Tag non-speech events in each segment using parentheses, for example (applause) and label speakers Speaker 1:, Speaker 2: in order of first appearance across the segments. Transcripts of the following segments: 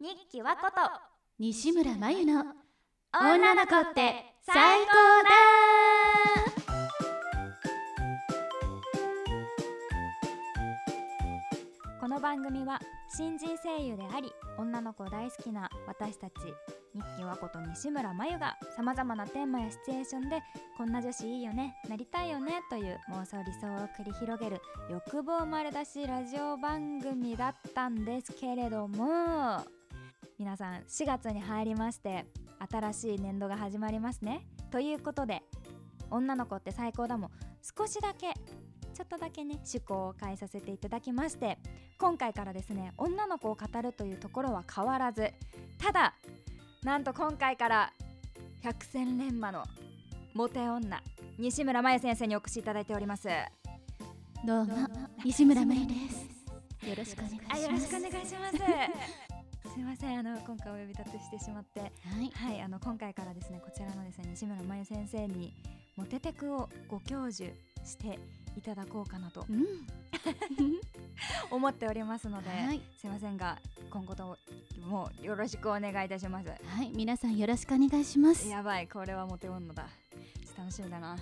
Speaker 1: ニッキワこと
Speaker 2: 西村真由の
Speaker 1: 女
Speaker 2: 女
Speaker 1: の
Speaker 2: の
Speaker 1: 子
Speaker 2: 子
Speaker 1: っ
Speaker 2: ってて
Speaker 1: 最
Speaker 2: 最
Speaker 1: 高
Speaker 2: 高
Speaker 1: だこの番組は新人声優であり女の子大好きな私たち日記和こと西村真由がさまざまなテーマやシチュエーションでこんな女子いいよねなりたいよねという妄想理想を繰り広げる欲望丸出しラジオ番組だったんですけれども皆さん4月に入りまして新しい年度が始まりますねということで女の子って最高だもん少しだけちょっとだけね趣向を変えさせていただきまして今回からですね女の子を語るというところは変わらずただなんと今回から百戦錬磨のモテ女西村真由先生にお越しいただいておりますあ
Speaker 2: どうも西村真由ですよろしくお願いします
Speaker 1: よろしくお願いしますすいませんあの今回お呼び立てしてしまって
Speaker 2: はい
Speaker 1: はい、あの今回からですねこちらのですね西村真由先生にモテテクをご教授していただこうかなと
Speaker 2: うん
Speaker 1: 思っておりますので、
Speaker 2: はい
Speaker 1: すいませんが今後ともよろしくお願いいたします
Speaker 2: はい皆さんよろしくお願いします
Speaker 1: やばいこれはモテ女だちょっと楽しみだな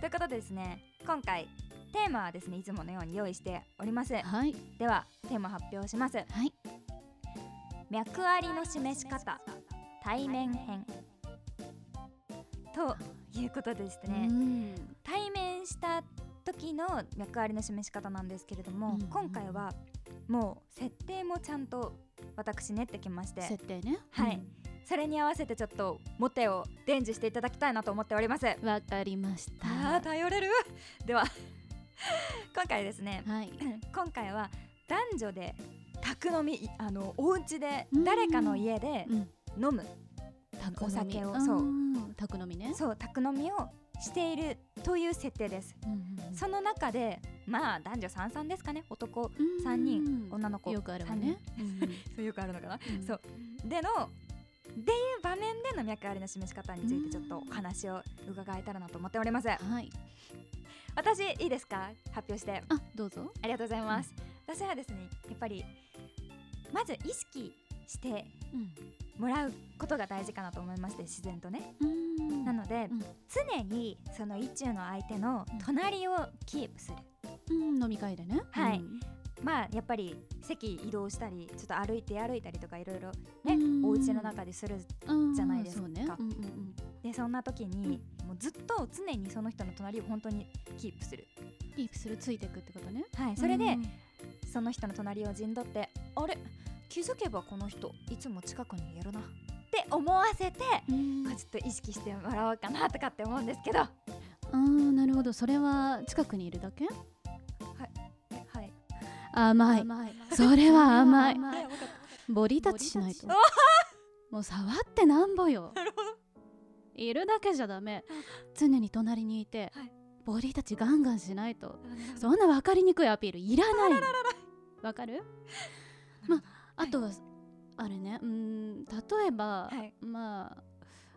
Speaker 1: ということでですね今回テーマはですねいつものように用意しております
Speaker 2: はい
Speaker 1: ではテーマ発表します
Speaker 2: はい
Speaker 1: 脈ありの示し方対面編ということでですね、
Speaker 2: うん
Speaker 1: 対面した時の役割の示し方なんですけれど
Speaker 2: う
Speaker 1: も、
Speaker 2: んうん
Speaker 1: 今回はもう設定もちゃんと私練ってきまして
Speaker 2: 設定ね
Speaker 1: はいそれに合わせてちょっとモテを伝授していただきたいなと思っております
Speaker 2: うんわかりまし
Speaker 1: あー
Speaker 2: た
Speaker 1: 頼れるでは (laughs) 今回ですね
Speaker 2: はい
Speaker 1: 今回は男女で宅飲みあのお家で
Speaker 2: うん
Speaker 1: 誰かの家で
Speaker 2: うん
Speaker 1: 飲む、
Speaker 2: 宅飲み
Speaker 1: お酒を
Speaker 2: ん
Speaker 1: そう
Speaker 2: 宅飲みね
Speaker 1: そう宅飲みをしているという設定です
Speaker 2: うんうんうん
Speaker 1: その中でまあ男女三々ですかね男
Speaker 2: うん
Speaker 1: 3人女の子
Speaker 2: よくあるわね
Speaker 1: そうよくあるのかな、
Speaker 2: うんうん
Speaker 1: (laughs) そうでのでいう場面での脈ありの示し方についてちょっとお話を伺えたらなと思っております
Speaker 2: はい
Speaker 1: 私いいですか発表して
Speaker 2: あどうぞ
Speaker 1: ありがとうございます私はですねやっぱりまず意識して
Speaker 2: うん
Speaker 1: もらうことが大事かなと思いまして自然とね
Speaker 2: うん
Speaker 1: なので、
Speaker 2: うん
Speaker 1: 常にその一中の相手の隣をキープする
Speaker 2: うん飲み会でね
Speaker 1: はい
Speaker 2: うん
Speaker 1: まあやっぱり席移動したりちょっと歩いて歩いたりとかいろいろね
Speaker 2: うん
Speaker 1: お家の中でするじゃないですか
Speaker 2: うんそうねうんうんうん
Speaker 1: でそんな時に、もうずっと常にその人の隣を本当にキープする、
Speaker 2: キープするついてくってことね
Speaker 1: はい、それで、その人の隣を陣取ってあれ気づけばこの人いつも近くにいるなって思わせて、
Speaker 2: うん
Speaker 1: まあちょっと意識してもらおうかなとかって思うんですけどは
Speaker 2: あーなるほどそれは近くにいるだけ
Speaker 1: い
Speaker 2: 甘いそれは甘い
Speaker 1: あ分かっ
Speaker 2: ボディタッチしないと
Speaker 1: ボデ
Speaker 2: (laughs)
Speaker 1: ィ
Speaker 2: もう触ってなんぼよいるだけじゃダメ常に隣にいて、
Speaker 1: はい
Speaker 2: ボディタッチガンガンしないと
Speaker 1: た
Speaker 2: そんな分かりにくいアピールいらないのわかるまあ
Speaker 1: はい
Speaker 2: あとは、あれねうーん例えば、
Speaker 1: はい
Speaker 2: まあ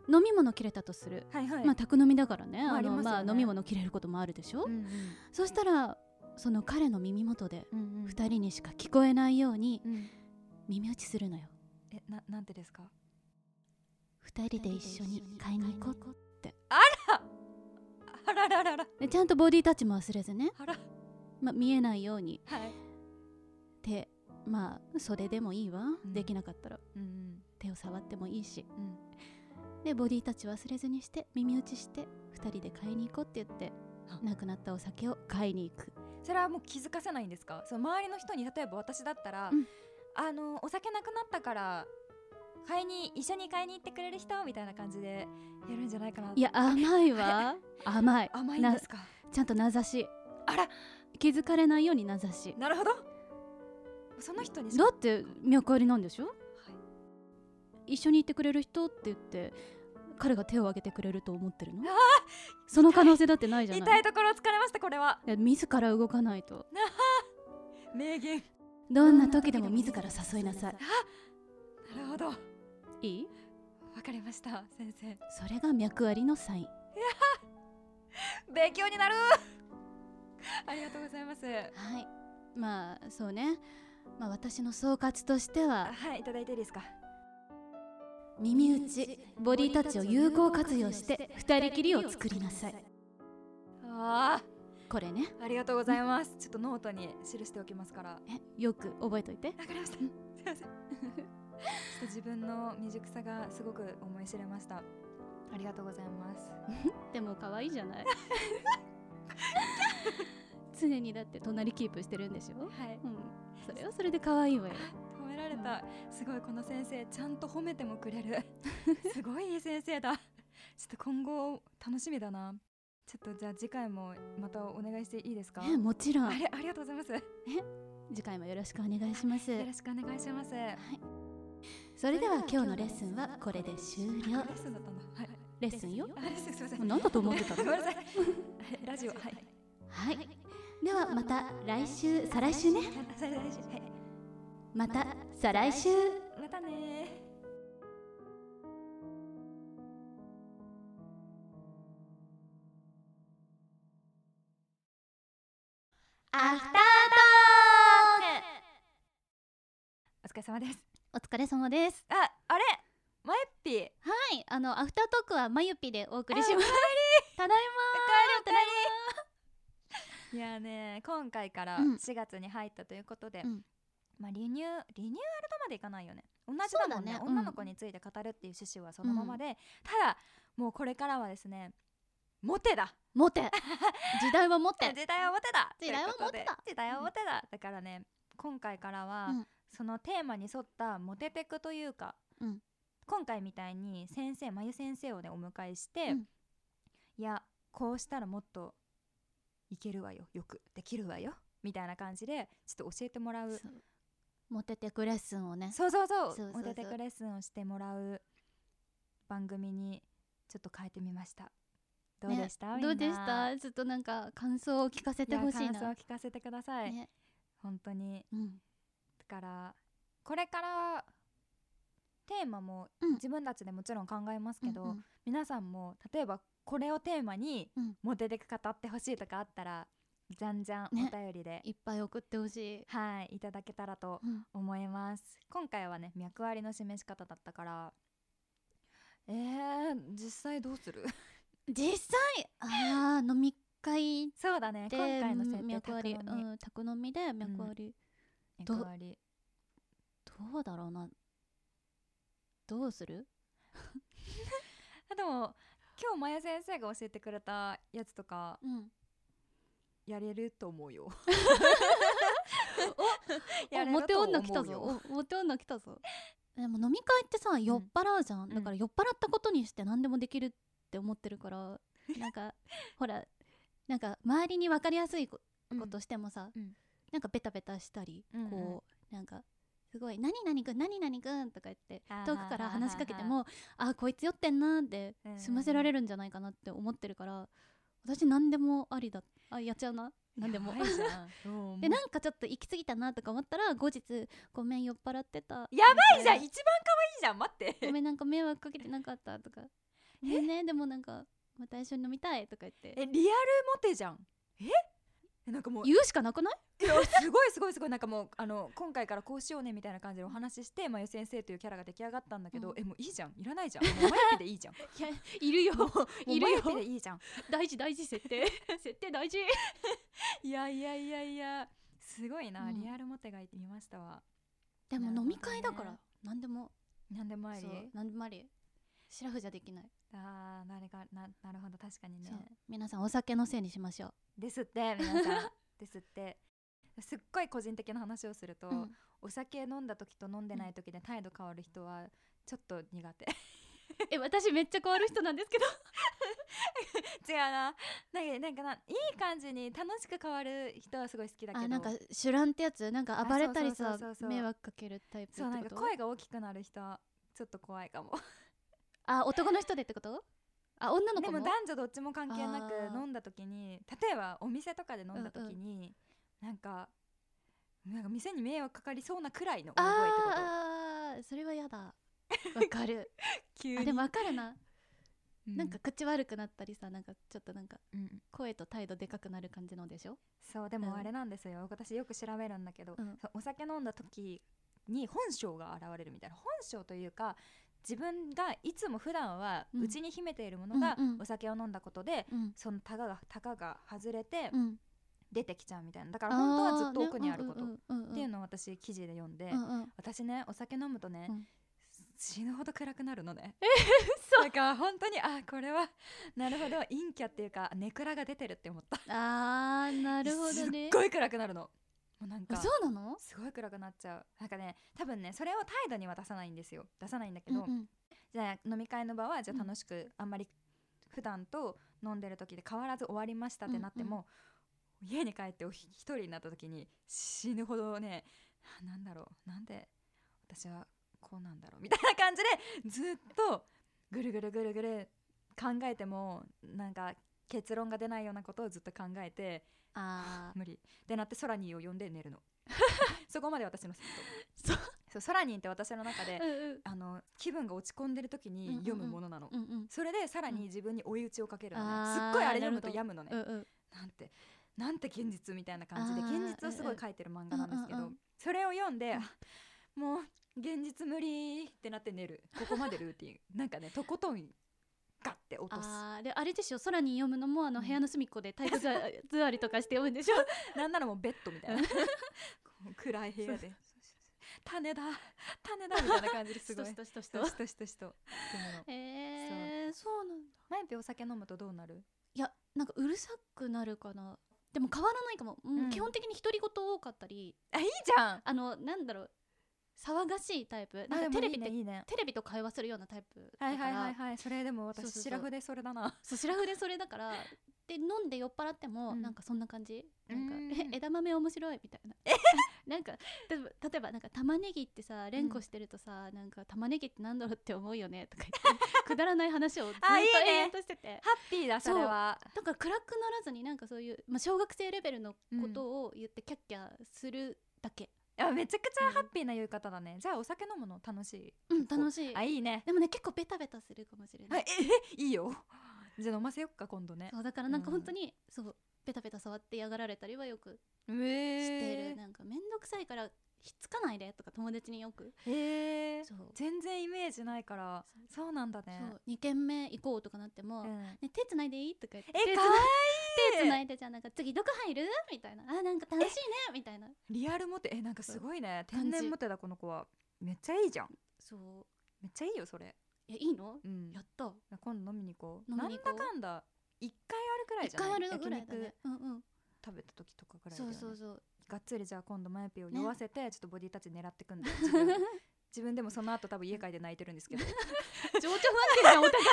Speaker 2: 飲み物切れたとする、
Speaker 1: はいはい
Speaker 2: まあ宅飲みだからね,、
Speaker 1: まああ
Speaker 2: あ
Speaker 1: り
Speaker 2: の
Speaker 1: ますよね
Speaker 2: まあ飲み物切れることもあるでしょ、
Speaker 1: うんうん
Speaker 2: そしたらその彼の耳元で
Speaker 1: うんうん
Speaker 2: 2人にしか聞こえないように
Speaker 1: うん
Speaker 2: 耳打ちするのよ
Speaker 1: えななんてですか
Speaker 2: 2人で一緒に買いに行こう
Speaker 1: あらららら
Speaker 2: でちゃんとボディタッチも忘れずね、
Speaker 1: あら
Speaker 2: まあ、見えないように
Speaker 1: はい
Speaker 2: 手まあ袖でもいいわ、
Speaker 1: うん
Speaker 2: できなかったら
Speaker 1: うん
Speaker 2: 手を触ってもいいし
Speaker 1: うんうん
Speaker 2: でボディタッチ忘れずにして耳打ちして2人で買いに行こうって言って
Speaker 1: あ
Speaker 2: なくなったお酒を買いに行く
Speaker 1: それはもう気づかせないんですかその周りの人に例えば私だったら、
Speaker 2: うん
Speaker 1: あのお酒なくなったから買いに一緒に買いに行ってくれる人みたいな感じでやるんじゃないかない
Speaker 2: いや甘い (laughs) わ甘い
Speaker 1: 甘いんで
Speaker 2: な
Speaker 1: すか
Speaker 2: ちゃんと名指し
Speaker 1: あら
Speaker 2: 気づかれないように名指し
Speaker 1: なるほどその人にしか
Speaker 2: だって脈ありなんでしょ
Speaker 1: はい
Speaker 2: 一緒に行ってくれる人って言って彼が手を挙げてくれると思ってるの
Speaker 1: あ
Speaker 2: その可能性だってないじゃな
Speaker 1: 痛
Speaker 2: い
Speaker 1: いところを疲れましたこれは
Speaker 2: で自ら動かないと
Speaker 1: 名言
Speaker 2: どんな時でも自ら誘いなさい
Speaker 1: なるほどわ
Speaker 2: いい
Speaker 1: かりました先生
Speaker 2: それが脈ありのサイン
Speaker 1: 勉強になるありがとうございます
Speaker 2: はいまあそうねまあ、私の総括としては
Speaker 1: あはいいただいていいですか
Speaker 2: 耳打ちボディタッチを有効活用して二人きりを作りなさい
Speaker 1: あ
Speaker 2: これね
Speaker 1: あありがとうございますちょっとノートに記しておきますから
Speaker 2: えよく覚えといて
Speaker 1: わかりました。すみません。ちょっと自分の未熟さがすごく思い知れました。ありがとうございます。
Speaker 2: でも可愛いじゃない常にだって隣キープしてるんでしょ
Speaker 1: はい。
Speaker 2: うんそれはそれで可愛いわよ
Speaker 1: 褒められた。すごいこの先生ちゃんと褒めてもくれ (laughs) る。すごいいい先生だ。ちょっと今後楽しみだな。ちょっとじゃあ次回もまたお願いしていいですか。
Speaker 2: えもちろ
Speaker 1: あ
Speaker 2: ん
Speaker 1: れありがとうございます。よ
Speaker 2: 次回もよろしくお願いします
Speaker 1: ろしくお願いします。
Speaker 2: それでは今日のレッスンはこれで終
Speaker 1: レ
Speaker 2: 了
Speaker 1: ッスンだったんだ。はい。
Speaker 2: レッスンよ
Speaker 1: あレッスンすみません。
Speaker 2: もう何だと思ってた
Speaker 1: (laughs) ご
Speaker 2: の
Speaker 1: めんなさい。ラジオはい。
Speaker 2: はいではまた来週再来週ね
Speaker 1: あそれで来週はい。
Speaker 2: また再来週
Speaker 1: またねー。
Speaker 2: アフタートー
Speaker 1: お疲れ様です。
Speaker 2: クお疲れ様です
Speaker 1: あ、あれ、マエッピー。
Speaker 2: はいあのアフタートークはまゆぴでお送りしますただい
Speaker 1: おかえり。いやね、今回から
Speaker 2: うん
Speaker 1: 4月に入ったということで、
Speaker 2: うん
Speaker 1: まあリニューリニューアルとまでいかないよね。同じだもんね
Speaker 2: そうだねうん
Speaker 1: 女の子について語るっていう趣旨はそのままで、ただもうこれからはですね、モテだ。
Speaker 2: まモテ時代はモテ
Speaker 1: 時代はモテだ。
Speaker 2: 時代はモ
Speaker 1: とい
Speaker 2: テ
Speaker 1: うこ
Speaker 2: だ
Speaker 1: とで時代はモテだ。だからね、今回からは、
Speaker 2: うん
Speaker 1: そのテーマに沿ったモテテクというか、
Speaker 2: うん
Speaker 1: 今回みたいに先生まゆ先生をねお迎えして、
Speaker 2: うん
Speaker 1: いやこうしたらもっといけるわよよくできるわよみたいな感じでちょっと教えてもらう
Speaker 2: そうモテてくレッスンをね
Speaker 1: そうそうそう
Speaker 2: そうそうそう
Speaker 1: モテテクレッスンをしてもらう番組にちょっと変えてみましたどう
Speaker 2: ね
Speaker 1: でした、みん
Speaker 2: ど
Speaker 1: な
Speaker 2: うでしたちょっとなんか感想を聞かせて
Speaker 1: や
Speaker 2: ほしい
Speaker 1: 感想
Speaker 2: な
Speaker 1: 聞かせてください、
Speaker 2: ね
Speaker 1: 本当に
Speaker 2: うん
Speaker 1: だからこれからテーマも
Speaker 2: うん
Speaker 1: 自分たちでもちろん考えますけど、
Speaker 2: うんうん
Speaker 1: 皆さんも例えばこれをテーマに
Speaker 2: うん
Speaker 1: モテて語ってほしいとかあったら、じゃんじゃんお
Speaker 2: ね
Speaker 1: 便りで、
Speaker 2: いっぱい送ってほしい
Speaker 1: はいいただけたらと
Speaker 2: うん
Speaker 1: 思います今回はね脈ありの示し方だったからえー、実際どう
Speaker 2: (laughs)
Speaker 1: する
Speaker 2: 実際あー飲み会
Speaker 1: そうだね
Speaker 2: で
Speaker 1: 今回の設定
Speaker 2: 脈割り
Speaker 1: 宅飲み
Speaker 2: うん宅飲みで脈割り、ど
Speaker 1: 脈あり
Speaker 2: どうだろうなどうする
Speaker 1: あでも今日まや先生が教えてくれたやつとか
Speaker 2: うん
Speaker 1: やれると思うよ
Speaker 2: お
Speaker 1: やれる
Speaker 2: モテ
Speaker 1: と思うよ
Speaker 2: 女来たぞおモテ女来たぞ (laughs) でも飲み会ってさ酔っ払うじゃん、だから酔っ払ったことにして何でもできるって思ってる (laughs) から、なんかほらなんか周りに分かりやすいこ
Speaker 1: うん
Speaker 2: ことしてもさ、
Speaker 1: うん
Speaker 2: なんかベタベタしたり、
Speaker 1: うんうん
Speaker 2: こうなんかすごい「何々くん何々くん」とか言って
Speaker 1: あー
Speaker 2: 遠くから話しかけても「あーこいつ酔ってんな」って
Speaker 1: うんうん
Speaker 2: 済ませられるんじゃないかなって思ってるから私何でもありだあやっちゃうな何でも
Speaker 1: やばいじゃんうん
Speaker 2: でなんかちょっと行き過ぎたなとか思ったら後日「ごめん酔っ払ってた」
Speaker 1: やばいじゃん一番可愛
Speaker 2: み
Speaker 1: いじゃん待った
Speaker 2: いなご
Speaker 1: て
Speaker 2: めんなんか迷惑かけてなかった」とか「ねえねでもなんかまた一緒に飲みたい」とか言って
Speaker 1: えリアルモテじゃんええなんかもう
Speaker 2: 言うしかなくない
Speaker 1: いやすごいすごいすごいなんかもうあの今回からこうしようねみたいな感じでお話ししてまゆ先生というキャラが出来上がったんだけど、
Speaker 2: うん
Speaker 1: えもういいじゃんいらないじゃんもうマイピでいいじゃん
Speaker 2: いやいるよ
Speaker 1: もう
Speaker 2: (laughs) いるよ
Speaker 1: マイピでいいじゃん
Speaker 2: 大事大事設
Speaker 1: (laughs)
Speaker 2: 定設定大事
Speaker 1: いやいやいやいやすごいな、
Speaker 2: うん
Speaker 1: リアルモテがいましたわ
Speaker 2: でも
Speaker 1: なるほど
Speaker 2: 飲
Speaker 1: ね
Speaker 2: み会だから何でも
Speaker 1: なんでもあり
Speaker 2: そう何でもありシラフじゃできない、
Speaker 1: あー誰がななるほど確かにね
Speaker 2: そう皆さんお酒のせいにしましょ
Speaker 1: ですって皆さん (laughs) ですってすっごい個人的な話をすると、
Speaker 2: う、うん
Speaker 1: お酒飲んだ時と飲んでない時で態度変わる人はちょっと苦手 (laughs)
Speaker 2: え私めっちゃ変わる人なんですけど
Speaker 1: 違うななんかなんかないい感じに楽しく変わる人はすごい好きだけど
Speaker 2: あなんか酒乱ってやつなんか暴れたり
Speaker 1: あそう
Speaker 2: さ
Speaker 1: そうそうそう
Speaker 2: 迷惑かけるタイプって
Speaker 1: そう
Speaker 2: こ
Speaker 1: なんか
Speaker 2: と
Speaker 1: 声が大きくなる人はちょっと怖いかも
Speaker 2: あ男の人でってことあ女の
Speaker 1: で
Speaker 2: 子も
Speaker 1: も男女どっちも関係なく
Speaker 2: あー
Speaker 1: 飲んだ時に例えばお店とかで飲んだ時に、なんかなんか店に迷惑かかりそうなくらいの大声ってこ
Speaker 2: あー
Speaker 1: (laughs)
Speaker 2: あーそれはやだわかる
Speaker 1: と急
Speaker 2: あでもわかるななんか、口悪くなったりさなんかちょっとなんか
Speaker 1: うんうん
Speaker 2: 声と態度でかくなる感じのでしょ
Speaker 1: そうで
Speaker 2: うん
Speaker 1: もあれなんですよ、私よく調べるんだけど、
Speaker 2: うん
Speaker 1: そうお酒飲んだ時に本性が現れるみたいな本性というか自分がいつも普段は
Speaker 2: うん
Speaker 1: 内に秘めているものが
Speaker 2: うんうん
Speaker 1: お酒を飲んだことで、
Speaker 2: うん、
Speaker 1: そのたががたかが外れて
Speaker 2: うん、
Speaker 1: 出てきちゃうみたいなだから本当はずっと奥にあることっ
Speaker 2: って
Speaker 1: いう
Speaker 2: の
Speaker 1: のを私記事で読んで、
Speaker 2: うんうん、
Speaker 1: 私ねお酒飲むとね、
Speaker 2: うん
Speaker 1: 死ぬほど暗くなるのね。だから本当にあこれはなるほど陰キャっていうかネクラが出てるって思った。
Speaker 2: あーなるほどね
Speaker 1: すっごい暗くなるの。もうなん
Speaker 2: あ
Speaker 1: か
Speaker 2: そうなの
Speaker 1: すごい暗くなっちゃうなんかね多分ねそれを態度には出さないんですよ出さないんだけど、
Speaker 2: うん
Speaker 1: じゃあ飲み会の場はじゃ
Speaker 2: うん
Speaker 1: あ楽しく、あんまり普段と飲んでる時で変わらず終わりましたってなっても、家に帰っておひ一人になった時に死ぬほどねあなんだろうなんで私はこうなんだろうみたいな感じでずっとぐるぐるぐるぐる考えてもなんか結論が出ないようなことをずっと考えて
Speaker 2: あー
Speaker 1: 無理でなってソラニーを呼んで
Speaker 2: (laughs)
Speaker 1: 寝るのそこまで私のセッ
Speaker 2: そ
Speaker 1: トそうソラニーって私の中で
Speaker 2: うんうん
Speaker 1: あの気分が落ち込んでる時に読むものなの、
Speaker 2: うんうん
Speaker 1: それでさらに自分に追い打ちをかけるのね、
Speaker 2: あー
Speaker 1: すっごいあれ読むと
Speaker 2: な
Speaker 1: 病むのね
Speaker 2: う、んうん
Speaker 1: なんてなんて現実みたいな感じで
Speaker 2: あ
Speaker 1: 現
Speaker 2: ー
Speaker 1: 実をすごい書いてる漫画なんですけど、
Speaker 2: うんうんうん
Speaker 1: それを読んで、
Speaker 2: うん
Speaker 1: あもう現実無理ってなって寝るここまでルーティンなんかねとことんガッて落とす
Speaker 2: あーであれでしょ空に読むのもあの
Speaker 1: うん
Speaker 2: 部屋の隅っこで体育座座りとかして読むんでしょ
Speaker 1: なんならもうベッドみた (laughs) いなこう暗い部屋で種だ種だみたいな感じ (laughs) ですごい
Speaker 2: しとしとし
Speaker 1: (laughs) そ
Speaker 2: と
Speaker 1: う
Speaker 2: し
Speaker 1: しとしとしとっていうもの
Speaker 2: とえー、そうなんだ
Speaker 1: 毎日お酒飲むとどうなる
Speaker 2: いやなんかうるさくなるかなでも変わらないかも、うん
Speaker 1: うん
Speaker 2: 基本的に独り言多かったり
Speaker 1: あいいじゃん
Speaker 2: あのなんだろう騒がしいタイプなんかテレビって
Speaker 1: いいね
Speaker 2: テレビと会話するようなタイプだから、
Speaker 1: はいはいはいはいそれでも私
Speaker 2: そうそうそう
Speaker 1: シラフでそれだな
Speaker 2: そうシラフでそれだからで飲んで酔っ払っても、
Speaker 1: うん
Speaker 2: なんかそんな感じなんか「
Speaker 1: うん
Speaker 2: え枝豆面白い」みたいな (laughs) なんか例えば例えばなんか玉ねぎってさ連呼してるとさ、なんか玉ねぎってなんだろうって思うよねとか言って
Speaker 1: (laughs)
Speaker 2: くだらない話をずっと
Speaker 1: あいいね
Speaker 2: 延々としてて
Speaker 1: ハッピーだそれは
Speaker 2: だから暗くならずになんかそういう、まあ、小学生レベルのことを言ってキャッキャするだけ、
Speaker 1: あめちゃくちゃハッピーな言い方だねじゃあお酒飲むの楽しい
Speaker 2: うん、楽
Speaker 1: し
Speaker 2: しい
Speaker 1: あいいね
Speaker 2: でもね結構ベタベタするかもしれな
Speaker 1: あ
Speaker 2: い、
Speaker 1: え (laughs) えいいよじゃあ飲ませよっか今度ね
Speaker 2: そうだからなんか本当に、そうベタベタ触って嫌がられたりはよく
Speaker 1: え
Speaker 2: してる、
Speaker 1: ー
Speaker 2: なんかめんどくさいからひっつかないでとか友達によく、
Speaker 1: えー
Speaker 2: そう
Speaker 1: 全然イメージないからそうなんだね
Speaker 2: そう2軒目行こうとかなっても、
Speaker 1: うん
Speaker 2: ね、手つないでいいとか言って
Speaker 1: え
Speaker 2: 手つ
Speaker 1: かわいい
Speaker 2: 手つないでじゃあなんか次どこ入るみたいなあなんか楽しいねみたいな
Speaker 1: リアルモテえなんかすごいね
Speaker 2: 感じ
Speaker 1: 天然モテだこの子はめっちゃいいじゃん
Speaker 2: そう
Speaker 1: めっちゃいいよそれ
Speaker 2: いやいいの
Speaker 1: うん
Speaker 2: やった
Speaker 1: 今度飲みに行こう
Speaker 2: 飲みに行こう
Speaker 1: なんだかんだ一回あるくらい
Speaker 2: 一
Speaker 1: じゃない
Speaker 2: 回あるぐらいだ
Speaker 1: 焼
Speaker 2: ね
Speaker 1: 肉
Speaker 2: うんうん
Speaker 1: 食べた時とかぐらいだ
Speaker 2: そ
Speaker 1: よ
Speaker 2: う
Speaker 1: ね
Speaker 2: そうそう
Speaker 1: がっつりじゃあ今度マヤピーを
Speaker 2: ね
Speaker 1: 酔わせてちょっとボディタッチ狙ってくんだ (laughs) よ自分自分でもその後多分家帰って泣いてるんですけど
Speaker 2: 情緒不安定じゃんお互い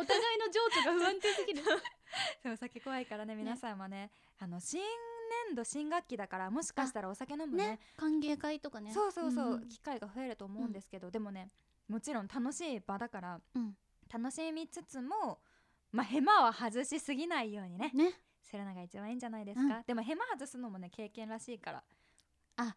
Speaker 2: お互いの情緒が不安定すぎる
Speaker 1: そうお酒怖いからね皆さんもねあの新年度新学期だからもしかしたらお酒飲むね
Speaker 2: ね歓迎会とかね
Speaker 1: そうそうそう、
Speaker 2: ん
Speaker 1: 機会が増えると思うんですけど、でもねもちろん楽しい場だから、
Speaker 2: うん
Speaker 1: 楽しみつつもまあヘマは外しすぎないようにね
Speaker 2: ね
Speaker 1: するのが一番いいんじゃないですか、でもヘマ外すのもね経験らしいから、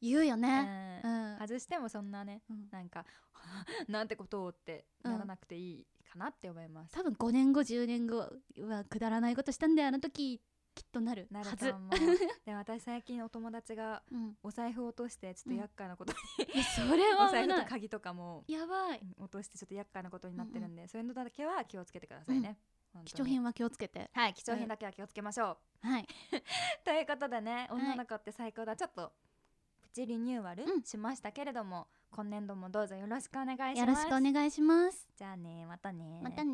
Speaker 2: 言うよ
Speaker 1: う
Speaker 2: ね
Speaker 1: ん
Speaker 2: うん、
Speaker 1: 外してもそんなね
Speaker 2: うん
Speaker 1: なんか (laughs) なんてことをってならなくていいかなって思います、
Speaker 2: 多分5年後10年後はくだらないことしたんだよあの時きっとなる
Speaker 1: なる
Speaker 2: は
Speaker 1: と
Speaker 2: ず
Speaker 1: 思、うで私最近お友達が (laughs)
Speaker 2: うん、
Speaker 1: お財布を落としてちょっと厄介なことに、
Speaker 2: いやそれは
Speaker 1: お財
Speaker 2: 危
Speaker 1: 布
Speaker 2: な
Speaker 1: と
Speaker 2: い
Speaker 1: 鍵とかも
Speaker 2: やばい
Speaker 1: 落としてちょっと厄介なことになってるんで、そういうのだけは気をつけてくださいね、本
Speaker 2: 貴
Speaker 1: 当
Speaker 2: 重
Speaker 1: に
Speaker 2: 品は気をつけて
Speaker 1: はい貴重品だけは気をつけましょう、 (laughs)
Speaker 2: はい
Speaker 1: ということでね
Speaker 2: い
Speaker 1: 女の子って最高だ、ちょっとプチリニューアル
Speaker 2: うん
Speaker 1: しましたけれども、今年度もどうぞよろしくお願いします
Speaker 2: よろしくお願いします
Speaker 1: じゃあねまたね
Speaker 2: またね